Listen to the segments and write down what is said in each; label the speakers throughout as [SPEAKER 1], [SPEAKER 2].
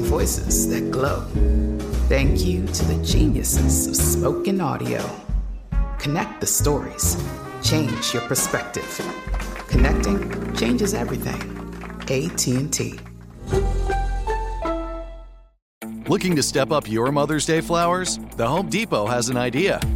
[SPEAKER 1] voices that glow. Thank you to the geniuses of spoken audio. Connect the stories. Change your perspective. Connecting changes everything. AT&T.
[SPEAKER 2] Looking to step up your Mother's Day flowers? The Home Depot has an idea.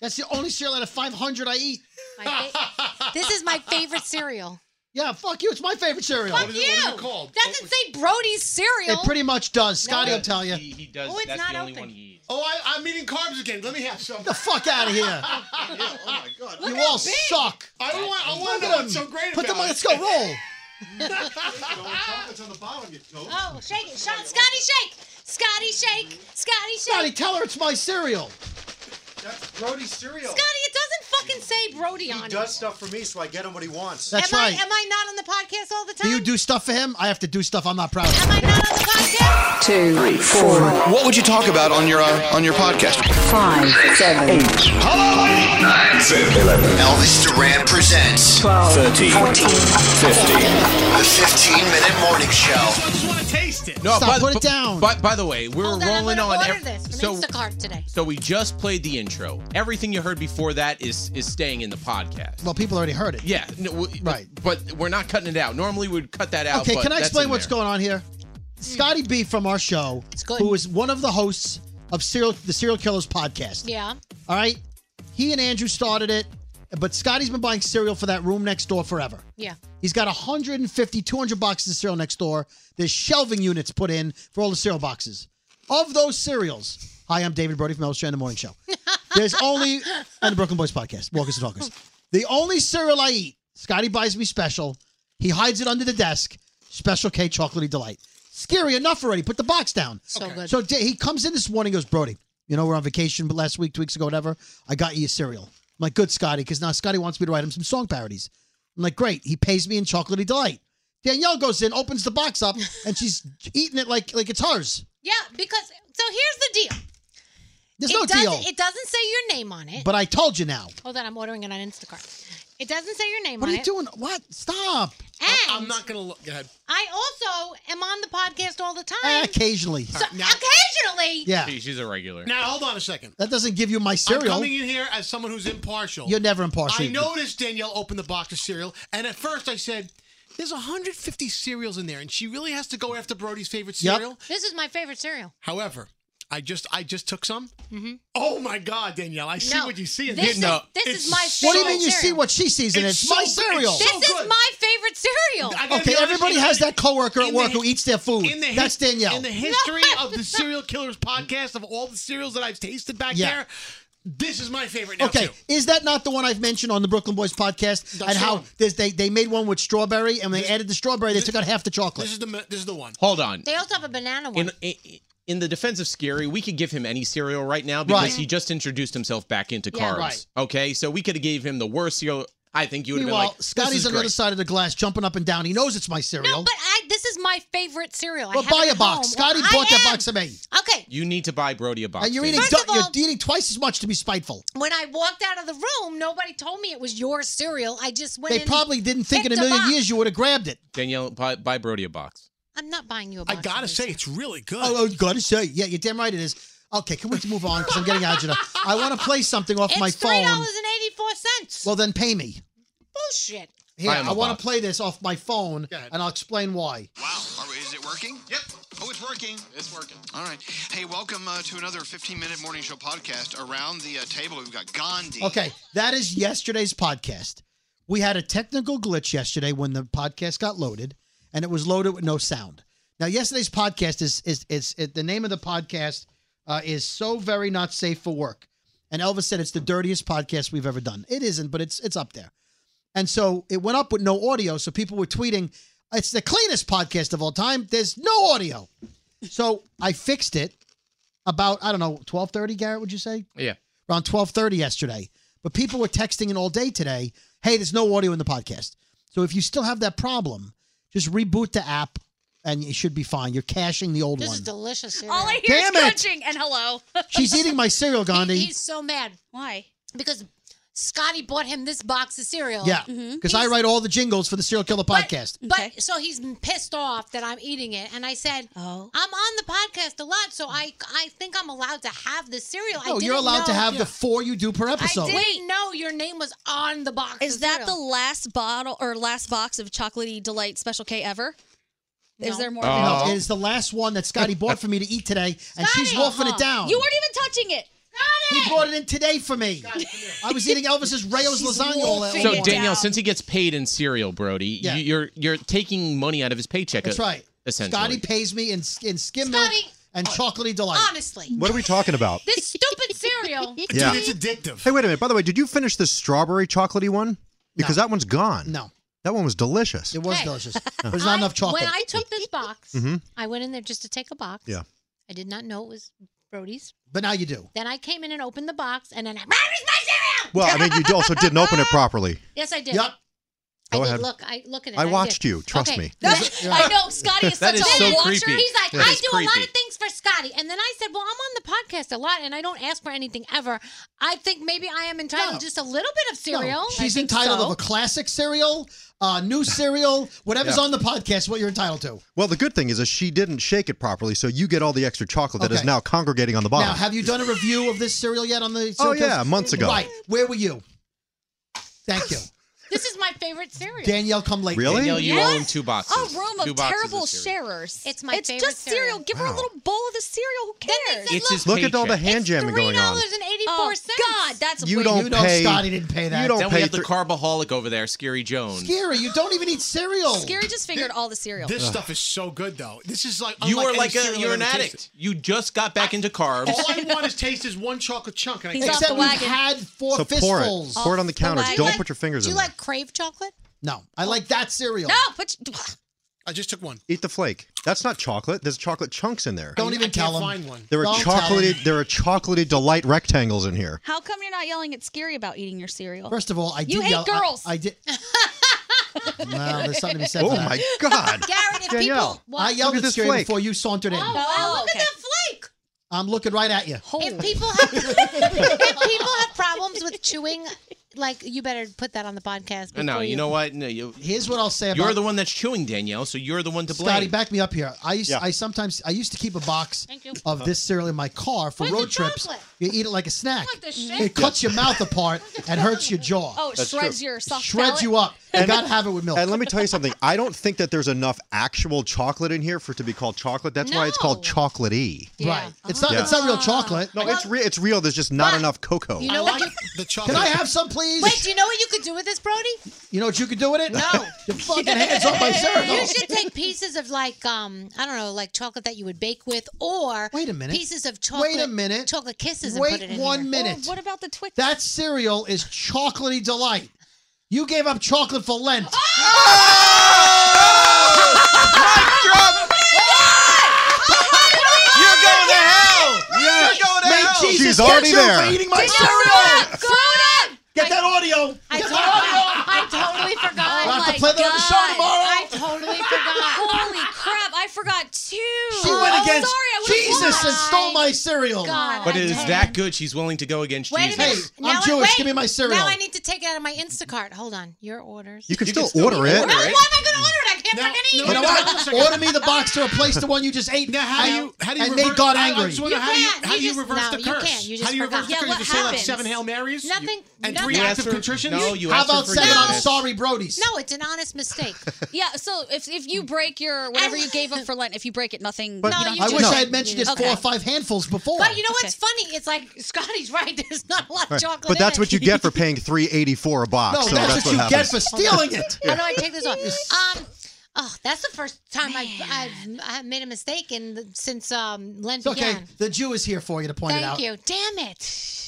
[SPEAKER 3] That's the only cereal out of 500 I eat.
[SPEAKER 4] My fa- this is my favorite cereal.
[SPEAKER 3] Yeah, fuck you. It's my favorite cereal.
[SPEAKER 4] Fuck you. That doesn't say Brody's cereal.
[SPEAKER 3] It pretty much does. Scotty
[SPEAKER 4] No.
[SPEAKER 3] will tell you.
[SPEAKER 5] He, he does.
[SPEAKER 4] Oh, it's
[SPEAKER 5] that's
[SPEAKER 4] not
[SPEAKER 5] the only
[SPEAKER 4] open.
[SPEAKER 5] one he eats.
[SPEAKER 6] Oh, I, I'm eating carbs again. Let me have some.
[SPEAKER 3] the fuck out of here.
[SPEAKER 6] oh my god.
[SPEAKER 3] you all suck.
[SPEAKER 6] I don't want. I want
[SPEAKER 3] Look
[SPEAKER 6] to
[SPEAKER 3] at
[SPEAKER 6] know
[SPEAKER 3] them.
[SPEAKER 6] what's so great
[SPEAKER 3] Put
[SPEAKER 6] about
[SPEAKER 3] them on.
[SPEAKER 6] it.
[SPEAKER 3] Let's go roll.
[SPEAKER 6] It's on the bottom. You know.
[SPEAKER 4] Oh, shake it. Sh- Scotty, shake. Scotty, shake. Scotty, shake.
[SPEAKER 3] Scotty,
[SPEAKER 4] Scotty,
[SPEAKER 3] tell her it's my cereal.
[SPEAKER 6] That's Brody's cereal.
[SPEAKER 4] it doesn't fucking say Brody on
[SPEAKER 6] he
[SPEAKER 4] it.
[SPEAKER 6] does stuff for me, so I get him what he wants.
[SPEAKER 3] That's
[SPEAKER 4] am
[SPEAKER 3] right.
[SPEAKER 4] I, am I not on the podcast all the
[SPEAKER 3] do
[SPEAKER 4] time?
[SPEAKER 3] you do stuff for him? I have to do stuff I'm not proud of.
[SPEAKER 4] Am I not on the podcast?
[SPEAKER 7] two, three, four,
[SPEAKER 8] What would you talk about on your uh, on your podcast?
[SPEAKER 7] five, seven, eight,
[SPEAKER 8] Elvis Duran presents
[SPEAKER 7] twelve,
[SPEAKER 8] 13,
[SPEAKER 7] fourteen.
[SPEAKER 8] 15. the 15 minute morning show.
[SPEAKER 5] just want to taste it.
[SPEAKER 3] Stop, put it down.
[SPEAKER 5] But by the way, we're
[SPEAKER 4] Hold on, I'm
[SPEAKER 5] rolling
[SPEAKER 4] gonna
[SPEAKER 5] on.
[SPEAKER 4] order
[SPEAKER 5] ev-
[SPEAKER 4] this from
[SPEAKER 5] so,
[SPEAKER 4] Instacart today.
[SPEAKER 5] so we just played the intro. Everything you heard before that is is staying in the podcast.
[SPEAKER 3] Well, people already heard it.
[SPEAKER 5] yeah, no, we,
[SPEAKER 3] Right.
[SPEAKER 5] But we're not cutting it out. Normally we'd cut that out.
[SPEAKER 3] Okay,
[SPEAKER 5] but
[SPEAKER 3] can I
[SPEAKER 5] that's
[SPEAKER 3] explain
[SPEAKER 5] in
[SPEAKER 3] what's
[SPEAKER 5] there.
[SPEAKER 3] going on here? Scotty B from our show,
[SPEAKER 4] good.
[SPEAKER 3] who is one of the hosts of serial the Serial Killers podcast.
[SPEAKER 4] Yeah.
[SPEAKER 3] All right, he and Andrew started it, but Scotty's been buying cereal for that room next door forever.
[SPEAKER 4] Yeah.
[SPEAKER 3] He's got 150, 200 boxes of cereal next door. There's shelving units put in for all the cereal boxes. Of those cereals, hi, I'm David Brody from Elvis Duran and the Morning Show. There's only on the Brooklyn Boys podcast, Walkers and Talkers. The only cereal I eat, Scotty buys me special. He hides it under the desk. Special K chocolatey delight. Scary enough already. Put the box down.
[SPEAKER 9] So Okay. good.
[SPEAKER 3] So d- he comes in this morning. Goes, Brody. You know we're on vacation, but last week, two weeks ago, whatever. I got you a cereal. I'm like, good, Scotty, because now Scotty wants me to write him some song parodies. I'm like, great. He pays me in chocolatey delight. Danielle goes in, opens the box up, and she's eating it like like it's hers.
[SPEAKER 4] Yeah, because so here's the deal.
[SPEAKER 3] There's
[SPEAKER 4] it
[SPEAKER 3] no
[SPEAKER 4] doesn't,
[SPEAKER 3] deal.
[SPEAKER 4] It doesn't say your name on it.
[SPEAKER 3] But I told you now.
[SPEAKER 4] Hold on, I'm ordering it on Instacart. It doesn't say your name
[SPEAKER 3] What
[SPEAKER 4] on
[SPEAKER 3] are you
[SPEAKER 4] it.
[SPEAKER 3] doing? What? Stop.
[SPEAKER 4] And
[SPEAKER 10] not gonna look. Go ahead.
[SPEAKER 4] I also am on the podcast all the time.
[SPEAKER 3] Eh, Occasionally.
[SPEAKER 4] So occasionally.
[SPEAKER 3] Yeah.
[SPEAKER 10] She-
[SPEAKER 5] she's a regular.
[SPEAKER 10] Now hold on a second.
[SPEAKER 3] That doesn't give you my cereal.
[SPEAKER 10] I'm coming in here as someone who's impartial.
[SPEAKER 3] You're never impartial.
[SPEAKER 10] I noticed Danielle opened the box of cereal, and at first I said, "There's 150 cereals in there, and she really has to go after Brody's favorite cereal."
[SPEAKER 4] This is my favorite cereal.
[SPEAKER 10] However, I just I just took some.
[SPEAKER 3] Mm-hmm.
[SPEAKER 4] Mhm.
[SPEAKER 10] Oh my God, Danielle! I see
[SPEAKER 4] No,
[SPEAKER 10] what you see in
[SPEAKER 4] this is-
[SPEAKER 10] No,
[SPEAKER 4] this is
[SPEAKER 10] it's
[SPEAKER 4] my
[SPEAKER 10] so-
[SPEAKER 3] What do you mean you see what she sees in it? It's,
[SPEAKER 10] It's
[SPEAKER 3] my
[SPEAKER 10] so-
[SPEAKER 3] cereal.
[SPEAKER 4] This is my favorite cereal.
[SPEAKER 10] I gotta
[SPEAKER 3] Okay,
[SPEAKER 10] be honest,
[SPEAKER 3] everybody
[SPEAKER 10] in
[SPEAKER 3] has
[SPEAKER 10] the-
[SPEAKER 3] that coworker at
[SPEAKER 10] in
[SPEAKER 3] work
[SPEAKER 10] the-
[SPEAKER 3] who eats their food.
[SPEAKER 10] In the his-
[SPEAKER 3] That's Danielle.
[SPEAKER 10] In the history of the serial killers podcast, of all the cereals that I've tasted back
[SPEAKER 3] Yeah.
[SPEAKER 10] there, this is my favorite. Now
[SPEAKER 3] Okay,
[SPEAKER 10] too.
[SPEAKER 3] is that not the one I've mentioned on the Brooklyn Boys podcast?
[SPEAKER 10] That's
[SPEAKER 3] and
[SPEAKER 10] the
[SPEAKER 3] how
[SPEAKER 10] one.
[SPEAKER 3] there's, they they made one with strawberry, and when they added the strawberry, they took out half the chocolate.
[SPEAKER 10] This is the this is the one.
[SPEAKER 5] Hold on.
[SPEAKER 4] They also have a banana one.
[SPEAKER 5] In, in in the defense of Scary, we could give him any cereal right now because
[SPEAKER 3] Right.
[SPEAKER 5] he just introduced himself back into
[SPEAKER 3] Yeah,
[SPEAKER 5] carbs.
[SPEAKER 3] right.
[SPEAKER 5] Okay, so we could have gave him the worst cereal. I think you would have been
[SPEAKER 3] Meanwhile,
[SPEAKER 5] like, this
[SPEAKER 3] Scotty's
[SPEAKER 5] is
[SPEAKER 3] on the
[SPEAKER 5] great.
[SPEAKER 3] other side of the glass, jumping up and down. He knows it's my cereal.
[SPEAKER 4] No, but I, this is my favorite cereal. I
[SPEAKER 3] Well,
[SPEAKER 4] have
[SPEAKER 3] buy
[SPEAKER 4] it
[SPEAKER 3] a
[SPEAKER 4] at
[SPEAKER 3] box.
[SPEAKER 4] home.
[SPEAKER 3] Scotty
[SPEAKER 4] Well, I
[SPEAKER 3] bought that
[SPEAKER 4] am.
[SPEAKER 3] box of me.
[SPEAKER 4] Okay.
[SPEAKER 5] You need to buy Brody a box.
[SPEAKER 3] And you're
[SPEAKER 5] Dave.
[SPEAKER 3] eating,
[SPEAKER 4] First of
[SPEAKER 3] du-
[SPEAKER 4] all-
[SPEAKER 3] you're eating twice as much to be spiteful.
[SPEAKER 4] When I walked out of the room, nobody told me it was your cereal. I just went.
[SPEAKER 3] They
[SPEAKER 4] in
[SPEAKER 3] probably
[SPEAKER 4] and
[SPEAKER 3] didn't think in a
[SPEAKER 4] picked
[SPEAKER 3] million
[SPEAKER 4] box.
[SPEAKER 3] years you would have grabbed it.
[SPEAKER 5] Danielle, buy, buy Brody a box.
[SPEAKER 4] I'm not buying you a
[SPEAKER 10] I
[SPEAKER 4] box.
[SPEAKER 10] gotta say, it's really good.
[SPEAKER 3] Oh, I gotta say, yeah, you're damn right it is. Okay, can we move on? Because I'm getting agita. I want to play something off
[SPEAKER 4] it's
[SPEAKER 3] my
[SPEAKER 4] three
[SPEAKER 3] phone.
[SPEAKER 4] dollars and eighty four cents.
[SPEAKER 3] Well, then pay me.
[SPEAKER 4] Bullshit.
[SPEAKER 3] Here,
[SPEAKER 5] Buy 'em
[SPEAKER 3] I
[SPEAKER 5] a
[SPEAKER 3] want to
[SPEAKER 5] box.
[SPEAKER 3] play this off my phone, and I'll explain why.
[SPEAKER 8] Wow. Are- is it working? Yep. Oh, it's working. It's working. All right. Hey, welcome uh, to another 15 minute morning show podcast. Around the uh, table, we've got Gandhi.
[SPEAKER 3] Okay, that is yesterday's podcast. We had a technical glitch yesterday when the podcast got loaded, and it was loaded with no sound. Now, yesterday's podcast is is is, it, the name of the podcast uh, is so very not safe for work, and Elvis said it's the dirtiest podcast we've ever done. It isn't, but it's it's up there, and so it went up with no audio. So people were tweeting, "It's the cleanest podcast of all time." There's no audio, so I fixed it about I don't know twelve thirty. Garrett, would you say?
[SPEAKER 5] Yeah.
[SPEAKER 3] around 12:30 yesterday. But people were texting in all day today, "Hey, there's no audio in the podcast." So if you still have that problem, just reboot the app and you should be fine. You're caching the old
[SPEAKER 4] This
[SPEAKER 3] one.
[SPEAKER 4] is delicious cereal.
[SPEAKER 9] All I hear
[SPEAKER 3] Damn it.
[SPEAKER 9] is crunching and hello.
[SPEAKER 3] She's eating my cereal, Gandhi.
[SPEAKER 4] He's so mad
[SPEAKER 9] Why?
[SPEAKER 4] because Scotty bought him this box of cereal.
[SPEAKER 3] yeah.
[SPEAKER 9] Mm-hmm.
[SPEAKER 3] Cuz I write all the jingles for the Serial Killer podcast.
[SPEAKER 4] Mm-hmm. But so he's pissed off that I'm eating it, and I said, "I'm on the podcast a lot, so I I think I'm allowed to have this cereal." I
[SPEAKER 3] no,
[SPEAKER 4] didn't
[SPEAKER 3] you're allowed to
[SPEAKER 4] know-
[SPEAKER 3] have the 4 you do per episode.
[SPEAKER 4] I didn't know your name was on the box.
[SPEAKER 9] Is that the last bottle or last box of chocolatey delight special K ever? Is there more?
[SPEAKER 3] No, it is the last one that Scotty bought for me to eat today, and she's wolfing
[SPEAKER 4] Uh-huh.
[SPEAKER 3] it down.
[SPEAKER 9] Uh-huh. You weren't even touching it.
[SPEAKER 3] he brought it in today for me. I was eating Elvis's Rayo's
[SPEAKER 9] She's
[SPEAKER 3] lasagna all that
[SPEAKER 5] So Danielle, since he gets paid in cereal, Brody,
[SPEAKER 3] Yeah.
[SPEAKER 5] you, you're you're taking money out of his paycheck.
[SPEAKER 3] That's
[SPEAKER 5] uh,
[SPEAKER 3] right.
[SPEAKER 5] Essentially,
[SPEAKER 3] Scotty pays me in in skim milk and chocolatey delight.
[SPEAKER 4] oh, Honestly,
[SPEAKER 11] What are we talking about?
[SPEAKER 4] this stupid cereal?
[SPEAKER 11] Yeah.
[SPEAKER 10] Dude, it's addictive.
[SPEAKER 11] Hey, wait a minute. By the way, did you finish this strawberry chocolatey one? Because that one's gone.
[SPEAKER 3] No.
[SPEAKER 11] That one was delicious.
[SPEAKER 3] It was
[SPEAKER 4] Hey.
[SPEAKER 3] delicious.
[SPEAKER 11] Yeah.
[SPEAKER 3] There's not enough chocolate.
[SPEAKER 4] When I took this box,
[SPEAKER 11] Mm-hmm.
[SPEAKER 4] I went in there just to take a box.
[SPEAKER 11] Yeah.
[SPEAKER 4] I did not know it was Brody's.
[SPEAKER 3] But now you do.
[SPEAKER 4] Then I came in and opened the box, and then I
[SPEAKER 11] Well, I mean, you also didn't open it properly.
[SPEAKER 4] yes, I did.
[SPEAKER 11] Yep.
[SPEAKER 4] I
[SPEAKER 11] Go
[SPEAKER 4] did
[SPEAKER 11] ahead.
[SPEAKER 4] look. I look at it.
[SPEAKER 11] I
[SPEAKER 4] did.
[SPEAKER 11] watched you. Trust
[SPEAKER 4] Okay.
[SPEAKER 11] me.
[SPEAKER 9] I know Scotty is
[SPEAKER 11] That
[SPEAKER 9] such
[SPEAKER 11] is
[SPEAKER 9] a
[SPEAKER 11] so
[SPEAKER 9] watcher.
[SPEAKER 11] creepy.
[SPEAKER 4] He's like,
[SPEAKER 11] That
[SPEAKER 4] I
[SPEAKER 11] is
[SPEAKER 4] do a lot
[SPEAKER 11] creepy.
[SPEAKER 4] of things for Scotty. And then I said, Well, I'm on the podcast a lot and I don't ask for anything ever. I think maybe I am entitled
[SPEAKER 3] No.
[SPEAKER 4] just a little bit of
[SPEAKER 3] No,
[SPEAKER 4] cereal.
[SPEAKER 3] she's entitled of a classic cereal, uh, new cereal, whatever's
[SPEAKER 11] Yeah.
[SPEAKER 3] on the podcast, what you're entitled to.
[SPEAKER 11] Well, the good thing is that she didn't shake it properly, so you get all the extra chocolate that is
[SPEAKER 3] Okay.
[SPEAKER 11] now congregating on the bottom.
[SPEAKER 3] Now, have you done a review of this cereal yet on the?
[SPEAKER 11] Oh,
[SPEAKER 3] Cereal
[SPEAKER 11] yeah,
[SPEAKER 3] Killers?
[SPEAKER 11] months ago.
[SPEAKER 3] Right. Where were you? Thank you,
[SPEAKER 4] This is my favorite cereal.
[SPEAKER 3] Danielle. Come late.
[SPEAKER 11] Really?
[SPEAKER 5] Danielle, you
[SPEAKER 9] Yes.
[SPEAKER 5] owe him two boxes.
[SPEAKER 9] A room
[SPEAKER 5] Two
[SPEAKER 9] of
[SPEAKER 5] boxes
[SPEAKER 9] terrible
[SPEAKER 5] cereal.
[SPEAKER 9] sharers.
[SPEAKER 4] It's my
[SPEAKER 9] It's
[SPEAKER 4] favorite
[SPEAKER 9] just cereal. Give her a
[SPEAKER 11] Wow.
[SPEAKER 9] little bowl of the cereal. Who cares?
[SPEAKER 11] It's his Look at all the hand jamming going on.
[SPEAKER 4] and
[SPEAKER 9] Oh, God, that's
[SPEAKER 11] You
[SPEAKER 9] way
[SPEAKER 11] don't
[SPEAKER 9] too
[SPEAKER 11] pay. You don't
[SPEAKER 5] then
[SPEAKER 11] pay.
[SPEAKER 5] we have the
[SPEAKER 11] thr-
[SPEAKER 5] carbaholic over there, Scary Jones.
[SPEAKER 3] Scary. You don't even eat cereal.
[SPEAKER 9] Scary just figured all the cereal.
[SPEAKER 10] This stuff is so good though. This is like
[SPEAKER 5] you
[SPEAKER 10] unlike
[SPEAKER 5] are
[SPEAKER 10] any
[SPEAKER 5] like
[SPEAKER 10] cereal
[SPEAKER 5] a you're
[SPEAKER 10] I've
[SPEAKER 5] an
[SPEAKER 10] ever
[SPEAKER 5] addict.
[SPEAKER 10] tasted.
[SPEAKER 5] You just got back into carbs.
[SPEAKER 10] All I want is taste is one chocolate chunk, and I
[SPEAKER 9] He's
[SPEAKER 10] can't
[SPEAKER 9] off
[SPEAKER 3] Except
[SPEAKER 9] the
[SPEAKER 3] we've
[SPEAKER 9] wagon.
[SPEAKER 3] had four
[SPEAKER 11] So pour it.
[SPEAKER 3] fistfuls.
[SPEAKER 11] Pour it on the counter.
[SPEAKER 4] wagon.
[SPEAKER 11] Don't put your fingers
[SPEAKER 4] Do
[SPEAKER 11] in
[SPEAKER 4] you
[SPEAKER 11] there.
[SPEAKER 4] like crave chocolate?
[SPEAKER 3] No, I like that cereal.
[SPEAKER 9] No, but
[SPEAKER 10] I just took one.
[SPEAKER 11] Eat the flake. That's not chocolate. There's chocolate chunks in there.
[SPEAKER 10] Don't even tell him. Find one.
[SPEAKER 11] There are
[SPEAKER 10] Don't tell
[SPEAKER 11] chocolatey.
[SPEAKER 10] 'em.
[SPEAKER 11] There are chocolatey delight rectangles in here.
[SPEAKER 9] How come you're not yelling at Scary about eating your cereal?
[SPEAKER 3] First of all, I
[SPEAKER 9] you
[SPEAKER 3] did
[SPEAKER 9] hate
[SPEAKER 3] yell- I-
[SPEAKER 9] girls.
[SPEAKER 3] I did. Wow, there's something to be said.
[SPEAKER 11] Oh
[SPEAKER 3] for that.
[SPEAKER 11] my God.
[SPEAKER 4] Garrett, if people. What?
[SPEAKER 3] I yelled
[SPEAKER 11] Look at
[SPEAKER 3] at
[SPEAKER 11] this
[SPEAKER 3] Scary
[SPEAKER 11] flake.
[SPEAKER 3] before you sauntered in.
[SPEAKER 4] Oh, wow, look at that flake.
[SPEAKER 3] I'm looking right at you.
[SPEAKER 4] If people have if people have problems with chewing, like you better put that on the podcast.
[SPEAKER 5] No,
[SPEAKER 4] before
[SPEAKER 5] you know what? No, you.
[SPEAKER 3] Here's what I'll say
[SPEAKER 5] You're
[SPEAKER 3] about-
[SPEAKER 5] the one that's chewing, Danielle. So you're the one to blame.
[SPEAKER 3] Scotty, back me up here. I used,
[SPEAKER 5] Yeah.
[SPEAKER 3] I sometimes I used to keep a box
[SPEAKER 5] Thank you.
[SPEAKER 3] of this cereal in my car for
[SPEAKER 5] Where's
[SPEAKER 3] road
[SPEAKER 5] the
[SPEAKER 3] trips.
[SPEAKER 5] chocolate?
[SPEAKER 3] You eat it like a snack.
[SPEAKER 9] What the shit?
[SPEAKER 3] It cuts your mouth apart and hurts your jaw.
[SPEAKER 9] Oh, it
[SPEAKER 11] That's
[SPEAKER 9] shreds
[SPEAKER 11] true.
[SPEAKER 9] your soft
[SPEAKER 3] Shreds
[SPEAKER 9] palate.
[SPEAKER 3] you up. You gotta have it with milk.
[SPEAKER 11] And let me tell you something. I don't think that there's enough actual chocolate in here for it to be called chocolate. That's why it's called chocolatey.
[SPEAKER 3] Right. It's not. It's not real chocolate.
[SPEAKER 11] No, it's real. It's real. There's just not enough cocoa.
[SPEAKER 4] You know what?
[SPEAKER 10] the
[SPEAKER 3] Can I have some, please?
[SPEAKER 4] Wait, do you know what you could do with this, Brody?
[SPEAKER 3] You know what you could do with it?
[SPEAKER 4] No.
[SPEAKER 3] Your fucking hands off my cereal.
[SPEAKER 4] You should take pieces of like um I don't know, like chocolate that you would bake with, or wait a
[SPEAKER 3] minute.
[SPEAKER 4] pieces of chocolate.
[SPEAKER 3] Wait a minute.
[SPEAKER 4] Chocolate kisses.
[SPEAKER 3] Wait
[SPEAKER 4] and put it in
[SPEAKER 3] one
[SPEAKER 4] here.
[SPEAKER 3] minute. Or what
[SPEAKER 9] about the Twix?
[SPEAKER 3] That cereal is chocolatey delight. You gave up chocolate for Lent.
[SPEAKER 7] You're going to hell. You're going to
[SPEAKER 3] May
[SPEAKER 7] hell.
[SPEAKER 3] Jesus
[SPEAKER 7] She's
[SPEAKER 3] get
[SPEAKER 7] already
[SPEAKER 3] you
[SPEAKER 7] there.
[SPEAKER 3] for eating my
[SPEAKER 7] Did you
[SPEAKER 3] cereal.
[SPEAKER 7] forget?
[SPEAKER 3] Get that audio.
[SPEAKER 4] I,
[SPEAKER 3] Get
[SPEAKER 4] totally,
[SPEAKER 3] that
[SPEAKER 4] I totally forgot.
[SPEAKER 9] Oh
[SPEAKER 3] We'll have to
[SPEAKER 9] my
[SPEAKER 3] play that on the show
[SPEAKER 9] God.
[SPEAKER 3] tomorrow.
[SPEAKER 4] I totally forgot.
[SPEAKER 9] Holy crap! I forgot two.
[SPEAKER 3] audio. She went
[SPEAKER 9] I'm
[SPEAKER 3] against
[SPEAKER 9] sorry, I would've
[SPEAKER 3] Jesus
[SPEAKER 9] lost.
[SPEAKER 3] and stole my cereal.
[SPEAKER 4] God,
[SPEAKER 5] But
[SPEAKER 4] I
[SPEAKER 5] it is
[SPEAKER 4] totally-
[SPEAKER 5] that good. She's willing to go against
[SPEAKER 4] Wait a
[SPEAKER 5] Jesus.
[SPEAKER 4] minute.
[SPEAKER 3] Oh, Hey, I'm Jewish. Give me my cereal.
[SPEAKER 4] Now I need to take it out of my Instacart. Hold on. Your orders.
[SPEAKER 11] You can
[SPEAKER 5] You
[SPEAKER 11] still
[SPEAKER 5] can still
[SPEAKER 11] order it.
[SPEAKER 4] Why am I going to order it? I can't freaking eat
[SPEAKER 3] You
[SPEAKER 4] it.
[SPEAKER 3] know what? Order me the box to replace the one you just ate.
[SPEAKER 10] Now, how do you how do you
[SPEAKER 3] and
[SPEAKER 10] reverse,
[SPEAKER 3] they got
[SPEAKER 10] I-
[SPEAKER 3] angry.
[SPEAKER 10] I just wonder
[SPEAKER 4] You
[SPEAKER 10] how do you
[SPEAKER 4] can't.
[SPEAKER 10] how
[SPEAKER 4] You
[SPEAKER 10] do you
[SPEAKER 4] just-
[SPEAKER 10] reverse
[SPEAKER 4] no,
[SPEAKER 10] the
[SPEAKER 4] you
[SPEAKER 10] curse?
[SPEAKER 4] can't. You just
[SPEAKER 10] how do you reverse
[SPEAKER 4] forgot.
[SPEAKER 10] the
[SPEAKER 4] Yeah,
[SPEAKER 10] curse?
[SPEAKER 4] what
[SPEAKER 10] you say like
[SPEAKER 4] happens?
[SPEAKER 10] seven Hail Marys
[SPEAKER 4] Nothing-
[SPEAKER 10] and
[SPEAKER 4] nothing.
[SPEAKER 10] three
[SPEAKER 4] You
[SPEAKER 10] acts of
[SPEAKER 5] asked for-
[SPEAKER 10] contrition.
[SPEAKER 5] no, you
[SPEAKER 3] How
[SPEAKER 5] asked for
[SPEAKER 3] about seven? I'm
[SPEAKER 5] forgiveness.
[SPEAKER 3] sorry, Brody's.
[SPEAKER 4] No, it's an honest mistake.
[SPEAKER 9] Yeah. So if if you break your whatever you gave up for Lent, if you break it, nothing.
[SPEAKER 4] But-
[SPEAKER 9] you
[SPEAKER 4] No,
[SPEAKER 9] don't
[SPEAKER 4] you
[SPEAKER 9] have
[SPEAKER 3] I
[SPEAKER 9] to
[SPEAKER 3] wish
[SPEAKER 9] do
[SPEAKER 3] I had mentioned it
[SPEAKER 9] Okay.
[SPEAKER 3] four or five handfuls before.
[SPEAKER 4] But you know what's funny? It's like Scotty's right. There's not a lot of
[SPEAKER 11] Right.
[SPEAKER 4] chocolate.
[SPEAKER 11] But
[SPEAKER 4] in
[SPEAKER 11] that's
[SPEAKER 4] it.
[SPEAKER 11] what you get for paying three eighty four a box.
[SPEAKER 3] No,
[SPEAKER 11] so
[SPEAKER 3] that's
[SPEAKER 11] that's
[SPEAKER 3] what you get
[SPEAKER 11] happens.
[SPEAKER 3] for stealing it.
[SPEAKER 4] How do I take this off? Um, oh, that's the first time I've, I've I've made a mistake in the, since um Lent
[SPEAKER 3] It's okay.
[SPEAKER 4] began.
[SPEAKER 3] The Jew is here for you to point it out.
[SPEAKER 4] Thank you. Damn it.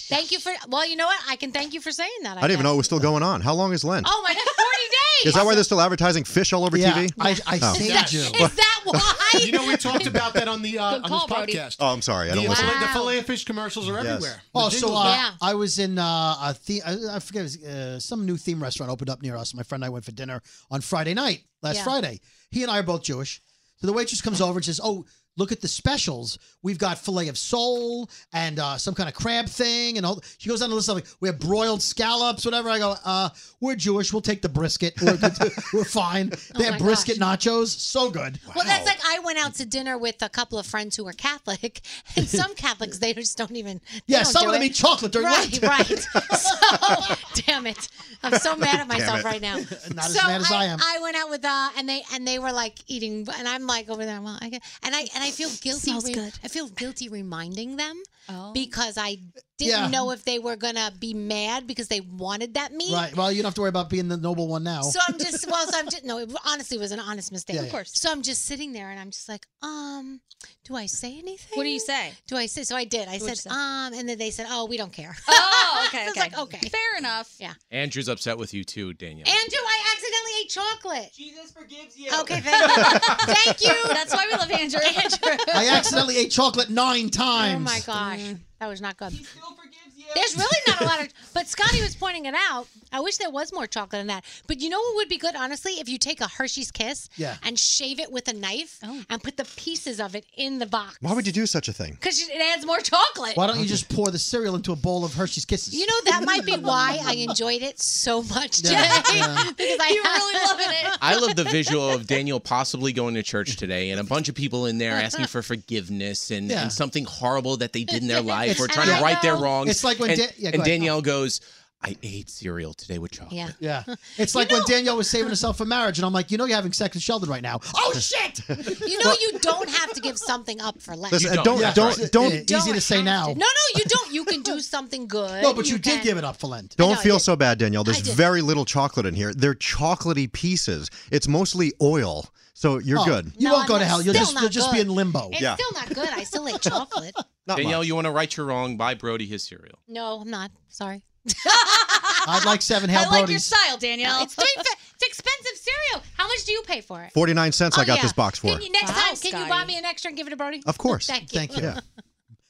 [SPEAKER 4] Thank you for. Well, you know what? I can thank you for saying that. I,
[SPEAKER 11] I didn't even know it
[SPEAKER 4] guess.
[SPEAKER 11] was still going on. How long is Lent?
[SPEAKER 4] Oh my God, forty days.
[SPEAKER 11] Is that why they're still advertising fish all over
[SPEAKER 3] Yeah,
[SPEAKER 11] TV?
[SPEAKER 3] I- I
[SPEAKER 11] oh.
[SPEAKER 3] see. Thank
[SPEAKER 4] Is that,
[SPEAKER 3] you.
[SPEAKER 4] is that why?
[SPEAKER 10] You know we talked about that on the uh, on
[SPEAKER 9] Good
[SPEAKER 10] this
[SPEAKER 9] call, Brody.
[SPEAKER 10] podcast.
[SPEAKER 11] oh, I'm sorry. I
[SPEAKER 10] The,
[SPEAKER 11] don't listen.
[SPEAKER 10] fillet, the fillet of fish commercials are everywhere.
[SPEAKER 3] Oh,
[SPEAKER 10] The
[SPEAKER 3] so
[SPEAKER 10] jingles
[SPEAKER 3] uh,
[SPEAKER 10] are-
[SPEAKER 4] Yeah.
[SPEAKER 3] I was in uh, a the- I, I forget it was, uh, some new theme restaurant opened up near us. My friend and I went for dinner on Friday night last
[SPEAKER 4] Yeah.
[SPEAKER 3] Friday. He and I are both Jewish, so the waitress comes over and says, "Oh, look at the specials. We've got fillet of sole and uh, some kind of crab thing." And all she goes on the list of like we have broiled scallops, whatever. I go, uh, "We're Jewish. We'll take the brisket. We're, we're fine. They have
[SPEAKER 4] Oh my
[SPEAKER 3] brisket nachos, so good."
[SPEAKER 4] Well, that's like I went out to dinner with a couple of friends who are Catholic, and some Catholics they just don't even. they
[SPEAKER 3] Yeah,
[SPEAKER 4] don't
[SPEAKER 3] some
[SPEAKER 4] do
[SPEAKER 3] of them
[SPEAKER 4] it.
[SPEAKER 3] eat chocolate during
[SPEAKER 4] right,
[SPEAKER 3] Lent.
[SPEAKER 4] right. So, damn it, I'm so mad at myself
[SPEAKER 11] it.
[SPEAKER 4] right now.
[SPEAKER 3] Not as
[SPEAKER 4] so
[SPEAKER 3] mad as I am.
[SPEAKER 4] went out with uh, and they and they were like eating, and I'm like over there. Well, I get, and I and I feel guilty.
[SPEAKER 9] Smells good.
[SPEAKER 4] I feel guilty reminding them
[SPEAKER 9] Oh.
[SPEAKER 4] because I didn't
[SPEAKER 3] Yeah.
[SPEAKER 4] know if they were gonna be mad because they wanted that meat.
[SPEAKER 3] Right. Well, you don't have to worry about being the noble one now.
[SPEAKER 4] So I'm just well, so I'm just no. It honestly was an honest mistake.
[SPEAKER 3] Yeah, Of yeah.
[SPEAKER 9] course.
[SPEAKER 4] So I'm just sitting there, and I'm just like, um, do I say anything?
[SPEAKER 9] What do you say?
[SPEAKER 4] Do I say? So I did. I
[SPEAKER 9] What'd you
[SPEAKER 4] said,
[SPEAKER 9] say?
[SPEAKER 4] um, and then they said, oh, we don't care.
[SPEAKER 9] Oh, okay.
[SPEAKER 4] I was
[SPEAKER 9] okay.
[SPEAKER 4] like, okay.
[SPEAKER 9] Fair enough.
[SPEAKER 4] Yeah.
[SPEAKER 5] Andrew's upset with you too, Danielle.
[SPEAKER 4] Andrew, I accidentally ate chocolate.
[SPEAKER 7] Jesus forgives you.
[SPEAKER 4] Okay, thank you. thank you.
[SPEAKER 9] That's why we love Andrew.
[SPEAKER 3] I accidentally ate chocolate nine times.
[SPEAKER 4] Oh my gosh,
[SPEAKER 9] Mm.
[SPEAKER 4] that was not good. There's really not a lot of, but Scotty was pointing it out. I wish there was more chocolate in that. But you know what would be good, honestly, if you take a Hershey's Kiss
[SPEAKER 3] Yeah.
[SPEAKER 4] and shave it with a knife
[SPEAKER 9] Oh.
[SPEAKER 4] and put the pieces of it in the box.
[SPEAKER 11] Why would you do such a thing?
[SPEAKER 4] Because it adds more chocolate.
[SPEAKER 3] Why don't you just pour the cereal into a bowl of Hershey's Kisses?
[SPEAKER 4] You know that might be why I enjoyed it so much today
[SPEAKER 3] Yeah, yeah.
[SPEAKER 4] because I
[SPEAKER 9] You were really loving it.
[SPEAKER 5] I love the visual of Daniel possibly going to church today and a bunch of people in there asking for forgiveness and,
[SPEAKER 3] Yeah.
[SPEAKER 5] and something horrible that they did in their life or
[SPEAKER 4] And
[SPEAKER 5] trying
[SPEAKER 4] I
[SPEAKER 5] to right their
[SPEAKER 4] know-
[SPEAKER 5] wrongs.
[SPEAKER 3] It's like when
[SPEAKER 5] and,
[SPEAKER 3] Dan- yeah, go
[SPEAKER 5] and
[SPEAKER 3] ahead.
[SPEAKER 5] Danielle goes, I ate cereal today with chocolate.
[SPEAKER 4] Yeah.
[SPEAKER 3] yeah, it's like when Danielle was saving herself for marriage, and I'm like, you know, you're having sex with Sheldon right now. Oh shit!
[SPEAKER 4] You know you don't have to give something up for less.
[SPEAKER 11] Listen,
[SPEAKER 5] You
[SPEAKER 11] don't,
[SPEAKER 5] don't. Yeah,
[SPEAKER 11] don't,
[SPEAKER 3] right.
[SPEAKER 11] don't,
[SPEAKER 3] Yeah.
[SPEAKER 11] don't,
[SPEAKER 3] Easy to say
[SPEAKER 4] have
[SPEAKER 3] now.
[SPEAKER 4] No, no, you don't. You can do something good.
[SPEAKER 3] no, but you, did
[SPEAKER 4] can-
[SPEAKER 3] give it up for Lent.
[SPEAKER 4] I
[SPEAKER 11] feel
[SPEAKER 4] did.
[SPEAKER 11] so bad, Danielle. There's
[SPEAKER 4] did.
[SPEAKER 11] very little chocolate in here. They're chocolatey pieces. It's mostly oil, so you're
[SPEAKER 3] Oh,
[SPEAKER 11] good.
[SPEAKER 3] You
[SPEAKER 4] No,
[SPEAKER 3] won't go
[SPEAKER 4] I'm
[SPEAKER 3] to hell. You'll
[SPEAKER 4] still
[SPEAKER 3] just
[SPEAKER 4] not
[SPEAKER 3] you'll just be
[SPEAKER 4] good.
[SPEAKER 3] in limbo.
[SPEAKER 4] It's
[SPEAKER 11] Yeah.
[SPEAKER 4] still not good. I still ate chocolate.
[SPEAKER 11] Not
[SPEAKER 5] Danielle,
[SPEAKER 11] much.
[SPEAKER 5] you want to right your wrong? Buy Brody his cereal.
[SPEAKER 4] No, I'm not. Sorry.
[SPEAKER 3] I'd like seven
[SPEAKER 9] I
[SPEAKER 3] hell
[SPEAKER 9] like your
[SPEAKER 3] Brodies.
[SPEAKER 9] style, Danielle.
[SPEAKER 4] It's three. Fa- It's expensive cereal. How much do you pay for it? Oh,
[SPEAKER 11] 49 cents I got this box for.
[SPEAKER 4] Can you, next time, can you buy me an extra and give it to Brody?
[SPEAKER 11] Of course.
[SPEAKER 4] Thank you.
[SPEAKER 11] Thank you. Yeah.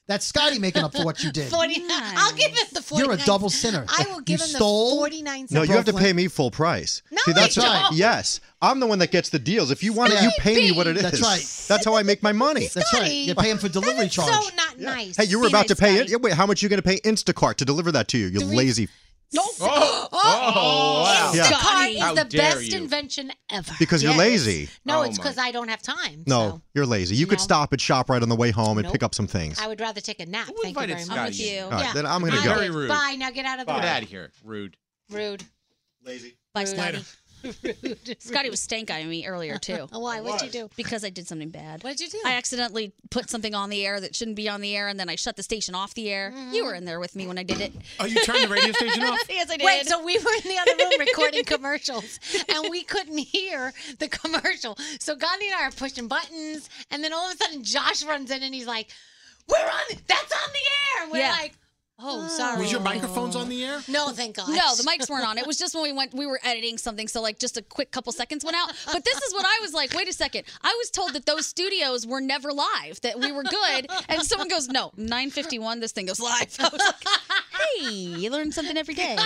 [SPEAKER 3] That's Scotty making up for what you did.
[SPEAKER 4] 49. I'll give him the 49.
[SPEAKER 3] You're a double sinner.
[SPEAKER 4] I will give
[SPEAKER 3] You
[SPEAKER 4] him
[SPEAKER 3] stole-
[SPEAKER 4] the 49 cents.
[SPEAKER 11] No, you have to pay me full price.
[SPEAKER 4] No,
[SPEAKER 11] See, that's
[SPEAKER 4] you don't.
[SPEAKER 11] Yes, I'm the one that gets the deals. If you want it, you pay me what it is.
[SPEAKER 3] That's right.
[SPEAKER 11] That's how I make my money.
[SPEAKER 3] That's right. You pay him for delivery charge.
[SPEAKER 4] So not nice.
[SPEAKER 11] Hey, you were about to pay it. Yeah, wait, how much are you going to pay Instacart to deliver that to you? You lazy.
[SPEAKER 4] No.
[SPEAKER 11] Oh, oh, wow. Yeah.
[SPEAKER 4] Instacart is
[SPEAKER 11] How
[SPEAKER 4] the
[SPEAKER 11] dare
[SPEAKER 4] best
[SPEAKER 11] you.
[SPEAKER 4] invention ever.
[SPEAKER 11] Because you're lazy.
[SPEAKER 4] No,
[SPEAKER 11] Oh
[SPEAKER 4] it's
[SPEAKER 11] my-
[SPEAKER 4] because I don't have time.
[SPEAKER 11] No, you're lazy. You could
[SPEAKER 4] No.
[SPEAKER 11] stop at ShopRite on the way home and
[SPEAKER 4] Nope.
[SPEAKER 11] pick up some things. Uh,
[SPEAKER 4] I would rather take a nap. Thank you
[SPEAKER 5] invited
[SPEAKER 4] very much.
[SPEAKER 5] Scotty? I'm with you.
[SPEAKER 11] All right,
[SPEAKER 4] Yeah.
[SPEAKER 11] then I'm gonna
[SPEAKER 4] I
[SPEAKER 11] go.
[SPEAKER 4] would.
[SPEAKER 11] Very rude.
[SPEAKER 4] Bye. Now get out of the
[SPEAKER 5] Get
[SPEAKER 4] way.
[SPEAKER 5] out of here. Rude.
[SPEAKER 4] Rude.
[SPEAKER 6] Lazy.
[SPEAKER 9] Bye,
[SPEAKER 4] Rude.
[SPEAKER 9] Scotty.
[SPEAKER 4] Rude.
[SPEAKER 9] Scotty was stank eyeing me earlier too.
[SPEAKER 4] Why? What'd you do?
[SPEAKER 9] Because I did something bad.
[SPEAKER 4] What'd you do?
[SPEAKER 9] I accidentally put something on the air that shouldn't be on the air, and then I shut the station off the air.
[SPEAKER 4] Mm-hmm.
[SPEAKER 9] You were in there with me when I did it.
[SPEAKER 10] Oh, you turned the radio station off?
[SPEAKER 9] yes, I did.
[SPEAKER 4] Wait, so we were in the other room recording commercials, and we couldn't hear the commercial. So Gandhi and I are pushing buttons, and then all of a sudden Josh runs in and he's like, "We're on. That's on the air." And we're
[SPEAKER 9] Yeah. Uh,
[SPEAKER 4] like, "Oh, sorry."
[SPEAKER 10] Was your microphones on the air?
[SPEAKER 4] No, thank God.
[SPEAKER 9] No, the mics weren't on. It was just when we went, we were editing something, so like just a quick couple seconds went out. But this is what I was like. Wait a second. I was told that those studios were never live, that we were good, and someone goes, "No, 9:51, this thing goes live." I was like, "Hey, you learn something every day."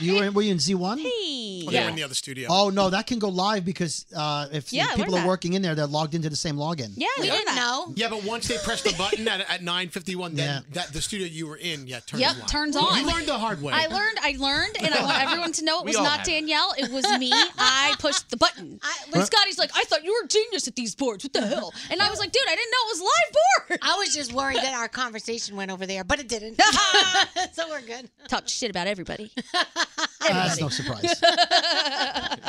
[SPEAKER 3] You were, were you in Z1?
[SPEAKER 9] Hey.
[SPEAKER 10] Oh, they were in the other studio.
[SPEAKER 3] Oh no, that can go live because uh, if
[SPEAKER 9] Yeah, I
[SPEAKER 3] people
[SPEAKER 9] learned
[SPEAKER 3] are
[SPEAKER 9] that.
[SPEAKER 3] working in there, they're logged into the same login.
[SPEAKER 9] we
[SPEAKER 10] Yeah.
[SPEAKER 9] didn't know.
[SPEAKER 10] Yeah, but once they press the button at, at 9:51, then that the studio you were in, yeah, turns
[SPEAKER 9] Yep,
[SPEAKER 10] on.
[SPEAKER 9] turns on.
[SPEAKER 10] You learned the hard way.
[SPEAKER 9] I learned, I learned, and I want everyone to know it
[SPEAKER 10] We
[SPEAKER 9] was
[SPEAKER 10] all
[SPEAKER 9] not
[SPEAKER 10] have it.
[SPEAKER 9] Danielle. It was me. I pushed the button. when Scotty's like, I thought you were a genius at these boards. What the hell? And I was like, dude, I didn't know it was live board.
[SPEAKER 4] I was just worried that our conversation went over there, but it didn't. so we're good.
[SPEAKER 9] Talk shit about everybody.
[SPEAKER 3] That's no surprise.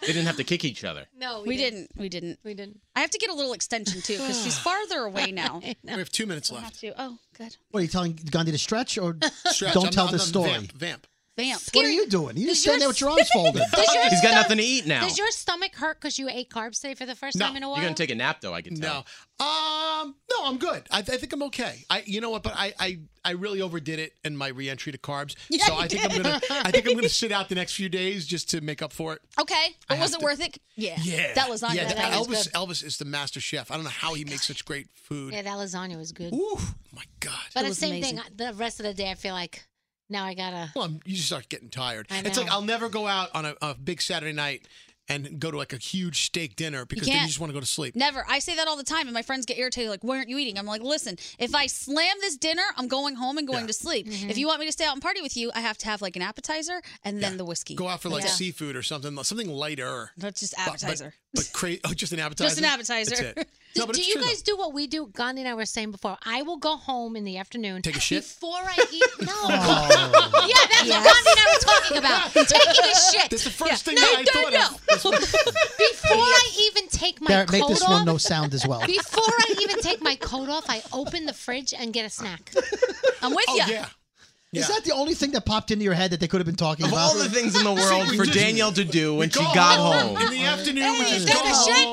[SPEAKER 5] They didn't have to kick each other.
[SPEAKER 4] No,
[SPEAKER 9] we, didn't. We didn't.
[SPEAKER 4] We didn't.
[SPEAKER 9] I have to get a little extension too because she's farther away now.
[SPEAKER 10] We have two minutes left.
[SPEAKER 9] Have to. Oh, good.
[SPEAKER 3] What are you telling Gandhi to stretch or
[SPEAKER 10] Stretch,
[SPEAKER 3] don't
[SPEAKER 10] I'm
[SPEAKER 3] tell
[SPEAKER 10] not-
[SPEAKER 3] the
[SPEAKER 10] I'm
[SPEAKER 3] story?
[SPEAKER 10] Vamp. vamp.
[SPEAKER 9] Vamp.
[SPEAKER 3] What are you doing? You just
[SPEAKER 4] your
[SPEAKER 3] standing there with your arms folded.
[SPEAKER 4] Does your
[SPEAKER 5] He's got
[SPEAKER 4] stom-
[SPEAKER 5] nothing to eat now.
[SPEAKER 4] Does your stomach hurt because you ate carbs today for the first
[SPEAKER 10] No,
[SPEAKER 4] time in a
[SPEAKER 10] you're
[SPEAKER 4] while?
[SPEAKER 5] You're gonna take a nap though. I can tell.
[SPEAKER 10] No. Um, no, I'm good. I, I think I'm okay. I, you know what? But I, I, I really overdid it in my reentry to carbs.
[SPEAKER 9] Yeah,
[SPEAKER 10] so
[SPEAKER 9] you
[SPEAKER 10] I think I'm
[SPEAKER 9] did.
[SPEAKER 10] gonna, I think I'm gonna sit out the next few days just to make up for it.
[SPEAKER 9] Okay,
[SPEAKER 10] I
[SPEAKER 9] but was
[SPEAKER 10] have
[SPEAKER 9] it
[SPEAKER 10] to-
[SPEAKER 9] worth it? Yeah.
[SPEAKER 10] Yeah,
[SPEAKER 9] That lasagna.
[SPEAKER 10] Yeah,
[SPEAKER 9] that
[SPEAKER 10] that-
[SPEAKER 9] I was
[SPEAKER 10] Elvis,
[SPEAKER 9] good.
[SPEAKER 10] Elvis is the master chef. I don't know how he makes such great food.
[SPEAKER 4] yeah, that lasagna was good.
[SPEAKER 10] Ooh, my God.
[SPEAKER 4] But
[SPEAKER 9] It
[SPEAKER 4] the
[SPEAKER 9] was
[SPEAKER 4] same
[SPEAKER 9] amazing.
[SPEAKER 4] thing. The rest of the day, I feel like now I gotta.
[SPEAKER 10] Well, I'm- you just start getting tired.
[SPEAKER 4] I
[SPEAKER 10] It's like
[SPEAKER 4] know.
[SPEAKER 10] I'll never go out on a, a big Saturday night and go to like a huge steak dinner because then you
[SPEAKER 9] can't.
[SPEAKER 10] just want to go to sleep.
[SPEAKER 9] Never. I say that all the time, and my friends get irritated. Like, why aren't you eating? I'm like, listen, if I slam this dinner, I'm going home and going to sleep. If you want me to stay out and party with you, I have to have like an appetizer and then the whiskey.
[SPEAKER 10] Go out for like
[SPEAKER 9] Yeah.
[SPEAKER 10] seafood or something, something lighter.
[SPEAKER 9] That's just
[SPEAKER 10] But- but-
[SPEAKER 9] appetizer.
[SPEAKER 10] But, cra- oh, just an appetizer.
[SPEAKER 9] appetizer.
[SPEAKER 10] That's it.
[SPEAKER 4] Do,
[SPEAKER 10] No, but
[SPEAKER 4] do
[SPEAKER 10] it's
[SPEAKER 4] you
[SPEAKER 10] true,
[SPEAKER 4] guys do what we do? Gandhi and I were saying before. I will go home in the afternoon.
[SPEAKER 10] Take a shit? Oh.
[SPEAKER 4] before I eat. No. Yeah, that's what Gandhi and I were talking about. Taking a shit.
[SPEAKER 10] That's the first thing
[SPEAKER 4] Yeah. No,
[SPEAKER 10] that I
[SPEAKER 4] don't
[SPEAKER 10] thought of.
[SPEAKER 4] Before I even take my
[SPEAKER 3] Barrett,
[SPEAKER 4] coat
[SPEAKER 3] make this
[SPEAKER 4] off.
[SPEAKER 3] one no sound as well.
[SPEAKER 4] Before I even take my coat off, I open the fridge and get a snack.
[SPEAKER 9] I'm with
[SPEAKER 10] Oh
[SPEAKER 9] you.
[SPEAKER 10] yeah.
[SPEAKER 3] Is that the only thing that popped into your head that they could have been talking
[SPEAKER 5] Of
[SPEAKER 3] about?
[SPEAKER 5] all the things in the world
[SPEAKER 10] we
[SPEAKER 5] for
[SPEAKER 10] just-
[SPEAKER 5] Danielle to do when
[SPEAKER 10] We
[SPEAKER 5] she
[SPEAKER 10] go
[SPEAKER 5] got
[SPEAKER 10] home.
[SPEAKER 5] home.
[SPEAKER 10] In the afternoon, we
[SPEAKER 4] Hey,
[SPEAKER 10] just
[SPEAKER 4] is
[SPEAKER 10] go
[SPEAKER 4] that a shit?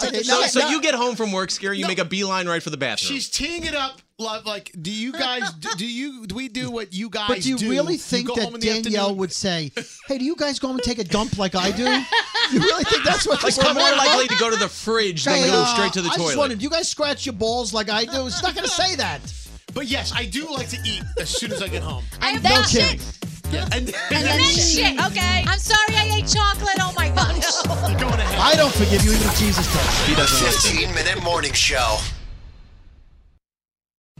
[SPEAKER 10] home.
[SPEAKER 3] Okay,
[SPEAKER 5] So,
[SPEAKER 3] now-
[SPEAKER 5] so
[SPEAKER 3] now-
[SPEAKER 5] you get home from work, scary. You make a beeline right for the bathroom.
[SPEAKER 10] She's teeing it up. Love, like, do you guys do, do you do we do what you guys
[SPEAKER 3] But do you really think
[SPEAKER 10] go home
[SPEAKER 3] that
[SPEAKER 10] in the
[SPEAKER 3] Danielle
[SPEAKER 10] afternoon?
[SPEAKER 3] would say, "Hey, do you guys go home and take a dump like I do"? You really think that's what?
[SPEAKER 5] like
[SPEAKER 3] this
[SPEAKER 5] we're
[SPEAKER 3] woman-
[SPEAKER 5] more likely to go to the fridge than
[SPEAKER 3] Hey,
[SPEAKER 5] go
[SPEAKER 3] uh,
[SPEAKER 5] straight to the
[SPEAKER 3] I
[SPEAKER 5] toilet.
[SPEAKER 3] just wondered, do you guys scratch your balls like I do? It's not going to say that.
[SPEAKER 10] But yes, I do like to eat as soon as I get home.
[SPEAKER 9] And
[SPEAKER 3] No
[SPEAKER 9] then
[SPEAKER 3] kidding.
[SPEAKER 9] shit.
[SPEAKER 10] Yeah, and,
[SPEAKER 9] And then shit. Okay.
[SPEAKER 4] I'm sorry I ate chocolate. Oh my gosh.
[SPEAKER 10] going to hell.
[SPEAKER 3] I don't forgive you, even Jesus does.
[SPEAKER 5] She doesn't listen.
[SPEAKER 12] 15 minute morning show.